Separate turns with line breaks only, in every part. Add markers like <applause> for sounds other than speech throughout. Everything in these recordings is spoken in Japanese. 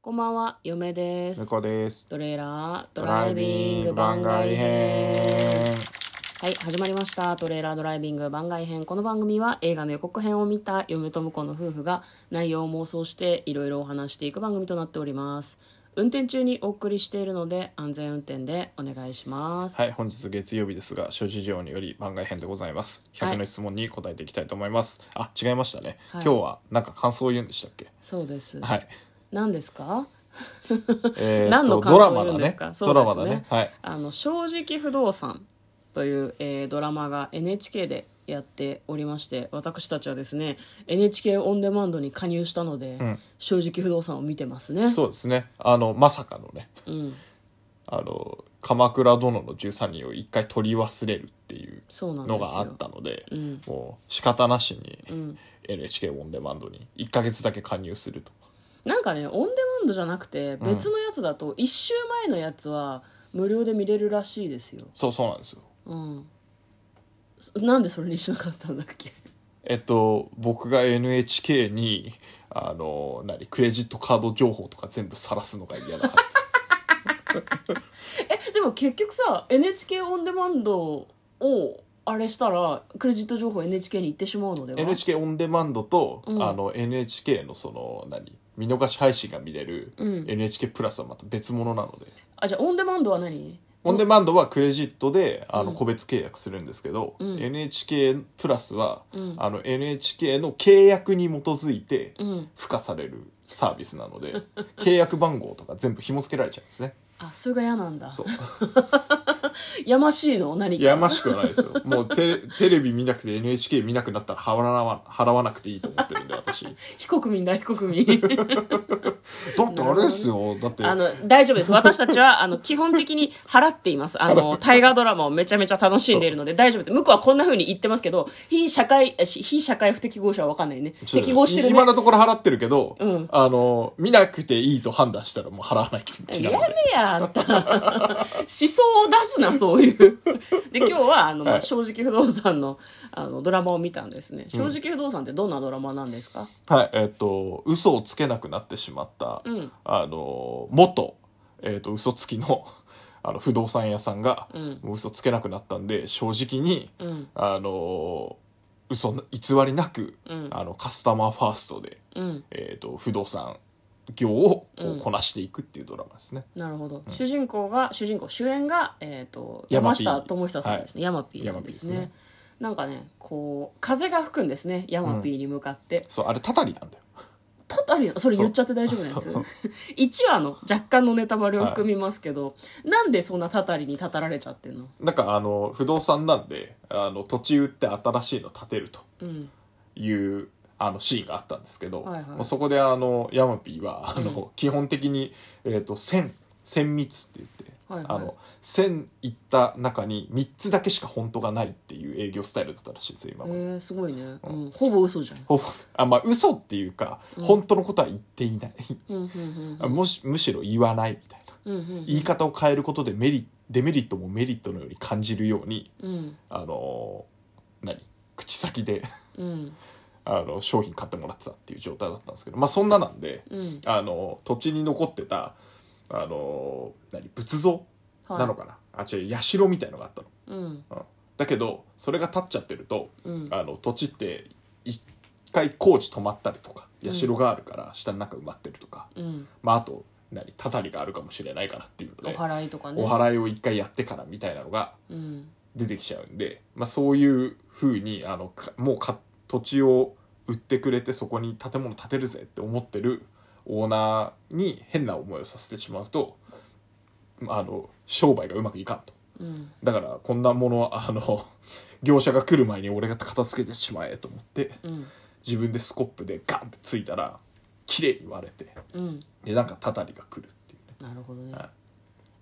こんばんは、嫁です
向。こうです。
トレーラードライビング番外編。はい、始まりました。トレーラードライビング番外編。この番組は映画の予告編を見た嫁と婿の夫婦が内容を妄想していろいろお話していく番組となっております。運転中にお送りしているので安全運転でお願いします。
はい、本日月曜日ですが、諸事情により番外編でございます。
はい
100の質問に答えていきたいと思います。あ、違いましたね。
はい
今日はなんか感想を言うんでしたっけ
そうです。 <laughs>
はい。
何ですか
えーと
何の感
ドラ
想を
マ
言う
だ
んです
ね
か。そ
ド
うで
ラ
すね
マだね。はい。
あの「正直不動産」という、えードラマが NHK でやっておりまして私たちはですね NHK オンデマンドに加入したので、
ん
正直不動産を見てますね
そうですね。あの、まさかのね、
うん、
あの、鎌倉殿の13人を一回取り忘れるっていう
そうなんです
の
よ
があったので、
うん
もう仕方なしに、
うん
NHK オンデマンドに1ヶ月だけ加入すると。
なんかねオンデマンドじゃなくて別のやつだと、一週前のやつは無料で見れるらしいですよ
そうそうなんですよ。
うんそなんでそれにしなかったんだっけ <laughs>
えっと、僕が NHK に、あの、何、クレジットカード情報とか全部晒すのが嫌だから
<laughs>
です。
えでも結局さ NHK オンデマンドをあれしたらクレジット情報 NHK に行ってしまうのでは
NHK オンデマンドと、
うん
あの、NHK のその、何、見逃し配信が見れる、
うん
NHK プラスはまた別物なので。
あじゃあオンデマンドは何
オンデマンドはクレジットで、あ
う
の、
ん
個別契約するんですけど、
うん
NHK プラスは、
うん
あの、NHK の契約に基づいて、
うん
付加されるサービスなので、契約番号とか全部紐付けられちゃうんで
<laughs>
すね。
あそれが嫌なんだ
そう。
やましいの何か
いややましくはないですよ。もうテレテレビ見なくて NHK 見なくなったら払わ払わなくていいと思ってるんで、
<laughs>
私。だ
非国民大国民
<laughs> ってあれですよ。だって、
あの大丈夫です私たちはあの基本的に払っていますあの大河ドラマをめちゃめちゃ楽しんでいるので大丈夫です向こうはこんな風に言ってますけど非社会えし非社会不適合者は分かんないね適合してるね
今のところ払ってるけど、
うん
あの、見なくていいと判断したらもう払わない気持ち
や
な
め
ので。
やあんた思想を出すなそう
<laughs>
いうで今日はあの、ま
は
あ、
い
正直不動産のあのドラマを見たんですね正直不動産ってどんなドラマなんですか、
はい、えっ、と、嘘をつけなくなってしまった、
うん
あの、元、えっ、と、嘘つきの、 <laughs> あの、不動産屋さんが、
うん
もう嘘つけなくなったんで、正直に、
うん
あの、嘘な、偽りなく、
うん
あの、カスタマーファーストで、
うん
えー、と不動産業をこ
うん
うこなしていくっていうドラマですね、
なるほど、主人公が主人公主演が、えー、と山
山 P
下智久さんですね、山 P なんですね
山 P ですね
なんかねこう風が吹くんですね山 P に向かって、
そうあれたたりなんだよ
たあるよそれ言っちゃって大丈夫なやつ <laughs>
そう
1話の若干のネタバレを含みますけど、なんでそんなたたりにたたられちゃってんの
なんかあの不動産なんであの土地売って新しいの建てると
うん
いうあのシーンがあったんですけど、
はいはい
もうそこであのヤマピーはあの、
うん
基本的に、えー、と1000 1000密って言って、
はいはい
あの1000行った中に3つだけしか本当がないっていう営業スタイルだったらしいですよ今
え
まで。
ー、すごいね、う
うんん
ほぼ嘘じゃん、
ほぼあまあ嘘っていうか、
うん
本当のことは言っていない、
うんうんうん
あもし <laughs> むしろ言わないみたいな
うんうん
言い方を変えることでメリデメリットもメリットのように感じるように
うん
あのー何口先で <laughs>
うん
あの商品買ってもらってたっていう状態だったんですけどまあそんななんで
うん
あの土地に残ってたあのー何仏像
はい
なのかな、あ違う社みたいのがあったの。
うん
うん、だけどそれが立っちゃってると
うん
あの土地って一回工事止まったりとか
うん
社があるから下の中埋まってるとか、
うん
まああと何たたりがあるかもしれないからっていうの
お
で。
祓いとかね
お祓いを一回やってからみたいなのが
うん
出てきちゃうんで、まあ、そういうふうにあのかもうか土地を売ってくれてそこに建物建てるぜって思ってるオーナーに変な思いをさせてしまうとあの商売がうまくいかんと
うん
だからこんなものあの業者が来る前に俺が片付けてしまえと思って
うん
自分でスコップでガンってついたら綺麗に割れて
うん
でなんかたたりが来るっていうね
なるほどね、
はい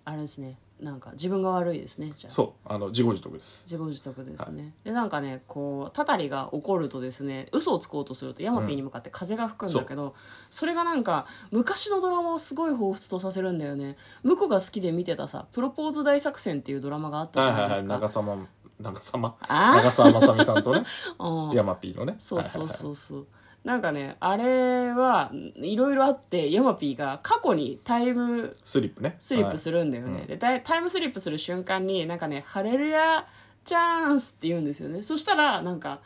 あれですねなんか自分が悪いですねじゃあ
そうあの自業自得です
自業自得ですね、でなんかねこうたたりが起こるとですね嘘をつこうとするとヤマピーに向かって風が吹くんだけど、それがなんか昔のドラマをすごい彷彿とさせるんだよね向こうが好きで見てたさ「プロポーズ大作戦」っていうドラマがあった
は
じ
い
ゃない
はい
で
はい
すか、
長様長様
あ
長澤まさみさんとね
あうん
ヤマピーのね
そうそうそうそう、なんかねあれはいろいろあってヤマピーが過去にタイム
スリップね
スリップするんだよね、
はいうん
でタイタイムスリップする瞬間になんかね「ハレルヤチャンス」って言うんですよねそしたらなんか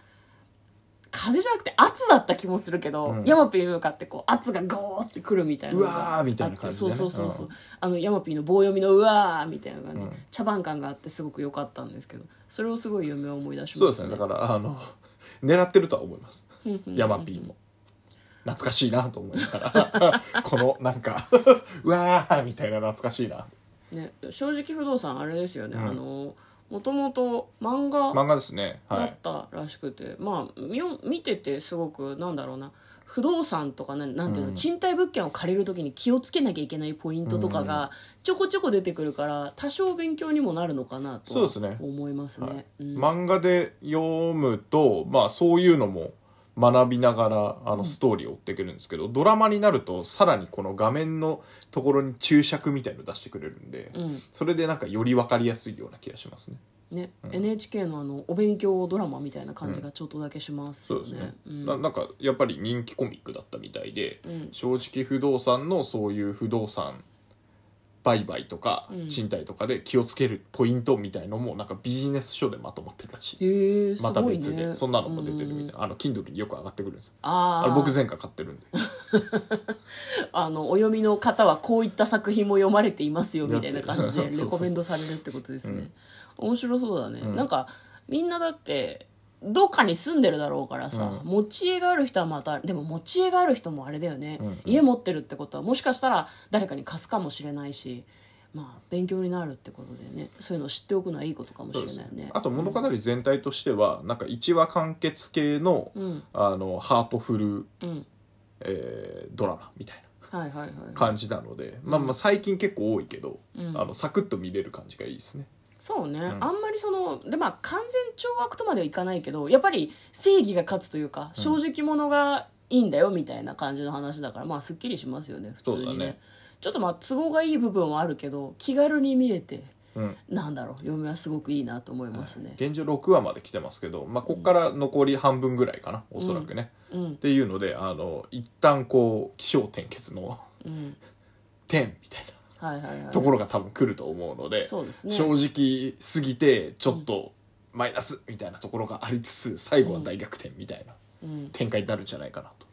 風じゃなくて圧だった気もするけど、
うん
ヤマピーに向かってこう圧がゴーってくるみたいなのが
うわーみたいな感じでね
あってそうそうそうそう、
うん
あのヤマピーの棒読みの「うわー」みたいなのがね、
うん
茶番感があってすごく良かったんですけどそれをすごい嫁は思い出しました
そうですねだからあの <laughs> 狙ってるとは思います
うんうん
ヤマピーも懐かしいなと思いながら <laughs> このなんかうわーみたいな懐かしいな
ね、正直不動産あれですよね、
うん
あのもともと漫画
漫画ですねは
だ
い
ったらしくて、まあみよ見ててすごくなんだろうな不動産とかなんなんていうの、
うん
賃貸物件を借りる時に気をつけなきゃいけないポイントとかがちょこちょこ出てくるから多少勉強にもなるのかなと
そうですね
思いますね。
はい
うん
漫画で読むとまあそういうのも学びながらあのストーリーを追っていけるんですけど、ドラマになるとさらにこの画面のところに注釈みたいの出してくれるんで、
うん
それでなんかより分かりやすいような気がしますね
ね
うん
NHK のあのお勉強ドラマみたいな感じがちょっとだけします
そう
よ
ですね
ね。、うん
ななんかやっぱり人気コミックだったみたいで、
うん
正直不動産のそういう不動産売買とか
うん
賃貸とかで気をつけるポイントみたいのもなんかビジネス書でまとまってるらしい
へ
で
ー
す、
す
また
ごいね
別でそんなのも出てるみたい
うん
なあの Kindle によく上がってくるんですよ
あ
あ
あ
れ僕前回買ってるんで
あのお読みの方はこういった作品も読まれていますよみたいな
<laughs>
感じ
や
で
ってる
レコメンドされるってことですね面白そうだね、
うん
なんかみんなだってどっかに住んでるだろうからさ、
うん
持ち家がある人はまたでも持ち家がある人もあれだよね、
うんうん
家持ってるってことはもしかしたら誰かに貸すかもしれないしまあ勉強になるってことでねそういうのを知っておくのはいいことかもしれないよね
あと物語全体としてはなんか1話完結系の
うん
あのハートフル、
うん
えードラマみたいな
はいはいはい
感じなので、まあまあ最近結構多いけど、
うん
あのサクッと見れる感じがいいですね
そうね、
ん
あんまりそのでまあ完全懲悪とまではいかないけどやっぱり正義が勝つというか正直者がいいんだよみたいな感じの話だから、まあすっきりしますよね普通
そう
に
だ
ね
ね
ちょっとまあ都合がいい部分はあるけど気軽に見れて
うん
なんだろう読みはすごくいいなと思いますね、
現状6話まで来てますけど、まあ、ここから残り半分ぐらいかな、おそらくね、
うん
っていうのであの一旦こう起承転結の <laughs>
うん
点みたい
はいはいは
ないところが多分来ると思うので,、
そうですね
正直すぎてちょっとマイナスみたいなところがありつつ最後は大逆転みたいな
うん、
展開になるんじゃないかなと。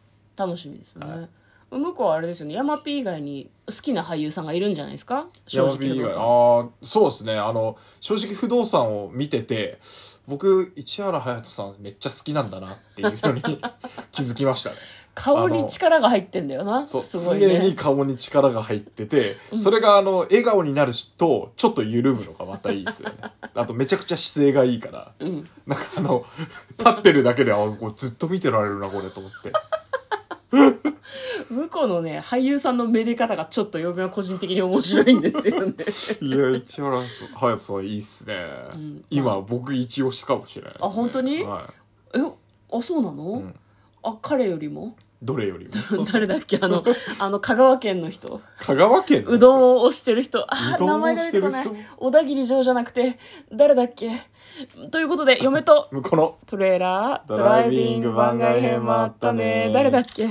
楽しみですね、
はい
向こうはあれですよね山 P 以外に好きな俳優さんがいるんじゃないですか正
山
直
火以
不動
外あ
産
ーそうですねあの正直不動産を見てて僕市原隼人さんめっちゃ好きなんだなっていうのに <laughs> 気づきましたね。
顔に力が入ってんだよなす
そう、
ごい
常
ね
に顔に力が入ってて、それがあの、笑顔になると、ちょっと緩むのがまたいいです
<laughs>
よね。あと、めちゃくちゃ姿勢がいいから、
うん
なんかあの、立ってるだけで、あ、こうずっと見てられるな、これ、と
<laughs>
思って。
向こうのね俳優さんのめで方がちょっと嫁は個人的に面白いんですよね
いや、市原隼人さん、いいっすね。
ん
今、僕、一押しかもしれないです、ね。
あ本当に
は
<laughs> えあそうなの、
い。うん。
あ彼よりも
どれよりも。
<laughs> 誰だっけあの <laughs> あの香川県の人
香川県の人
うどんを押してる人あ
うどん
名
を
前
押
が
し
出
て
て
る
こ
人
ない小田切城じゃなくて誰だっけということで嫁と
<laughs> 向こうの
トレーラード
ドライビング番外編もあったね
誰だっけ